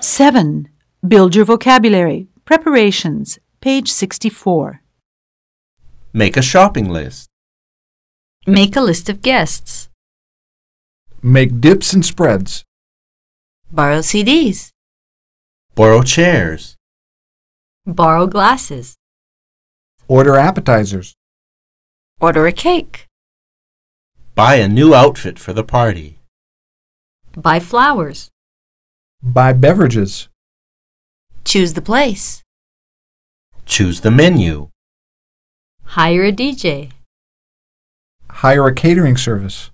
7. Build your vocabulary. Preparations. Page 64. Make a shopping list. Make a list of guests. Make dips and spreads. Borrow CDs. Borrow chairs. Borrow glasses. Order appetizers. Order a cake. Buy a new outfit for the party. Buy flowers. Buy beverages. Choose the place. Choose the menu. Hire a DJ. Hire a catering service.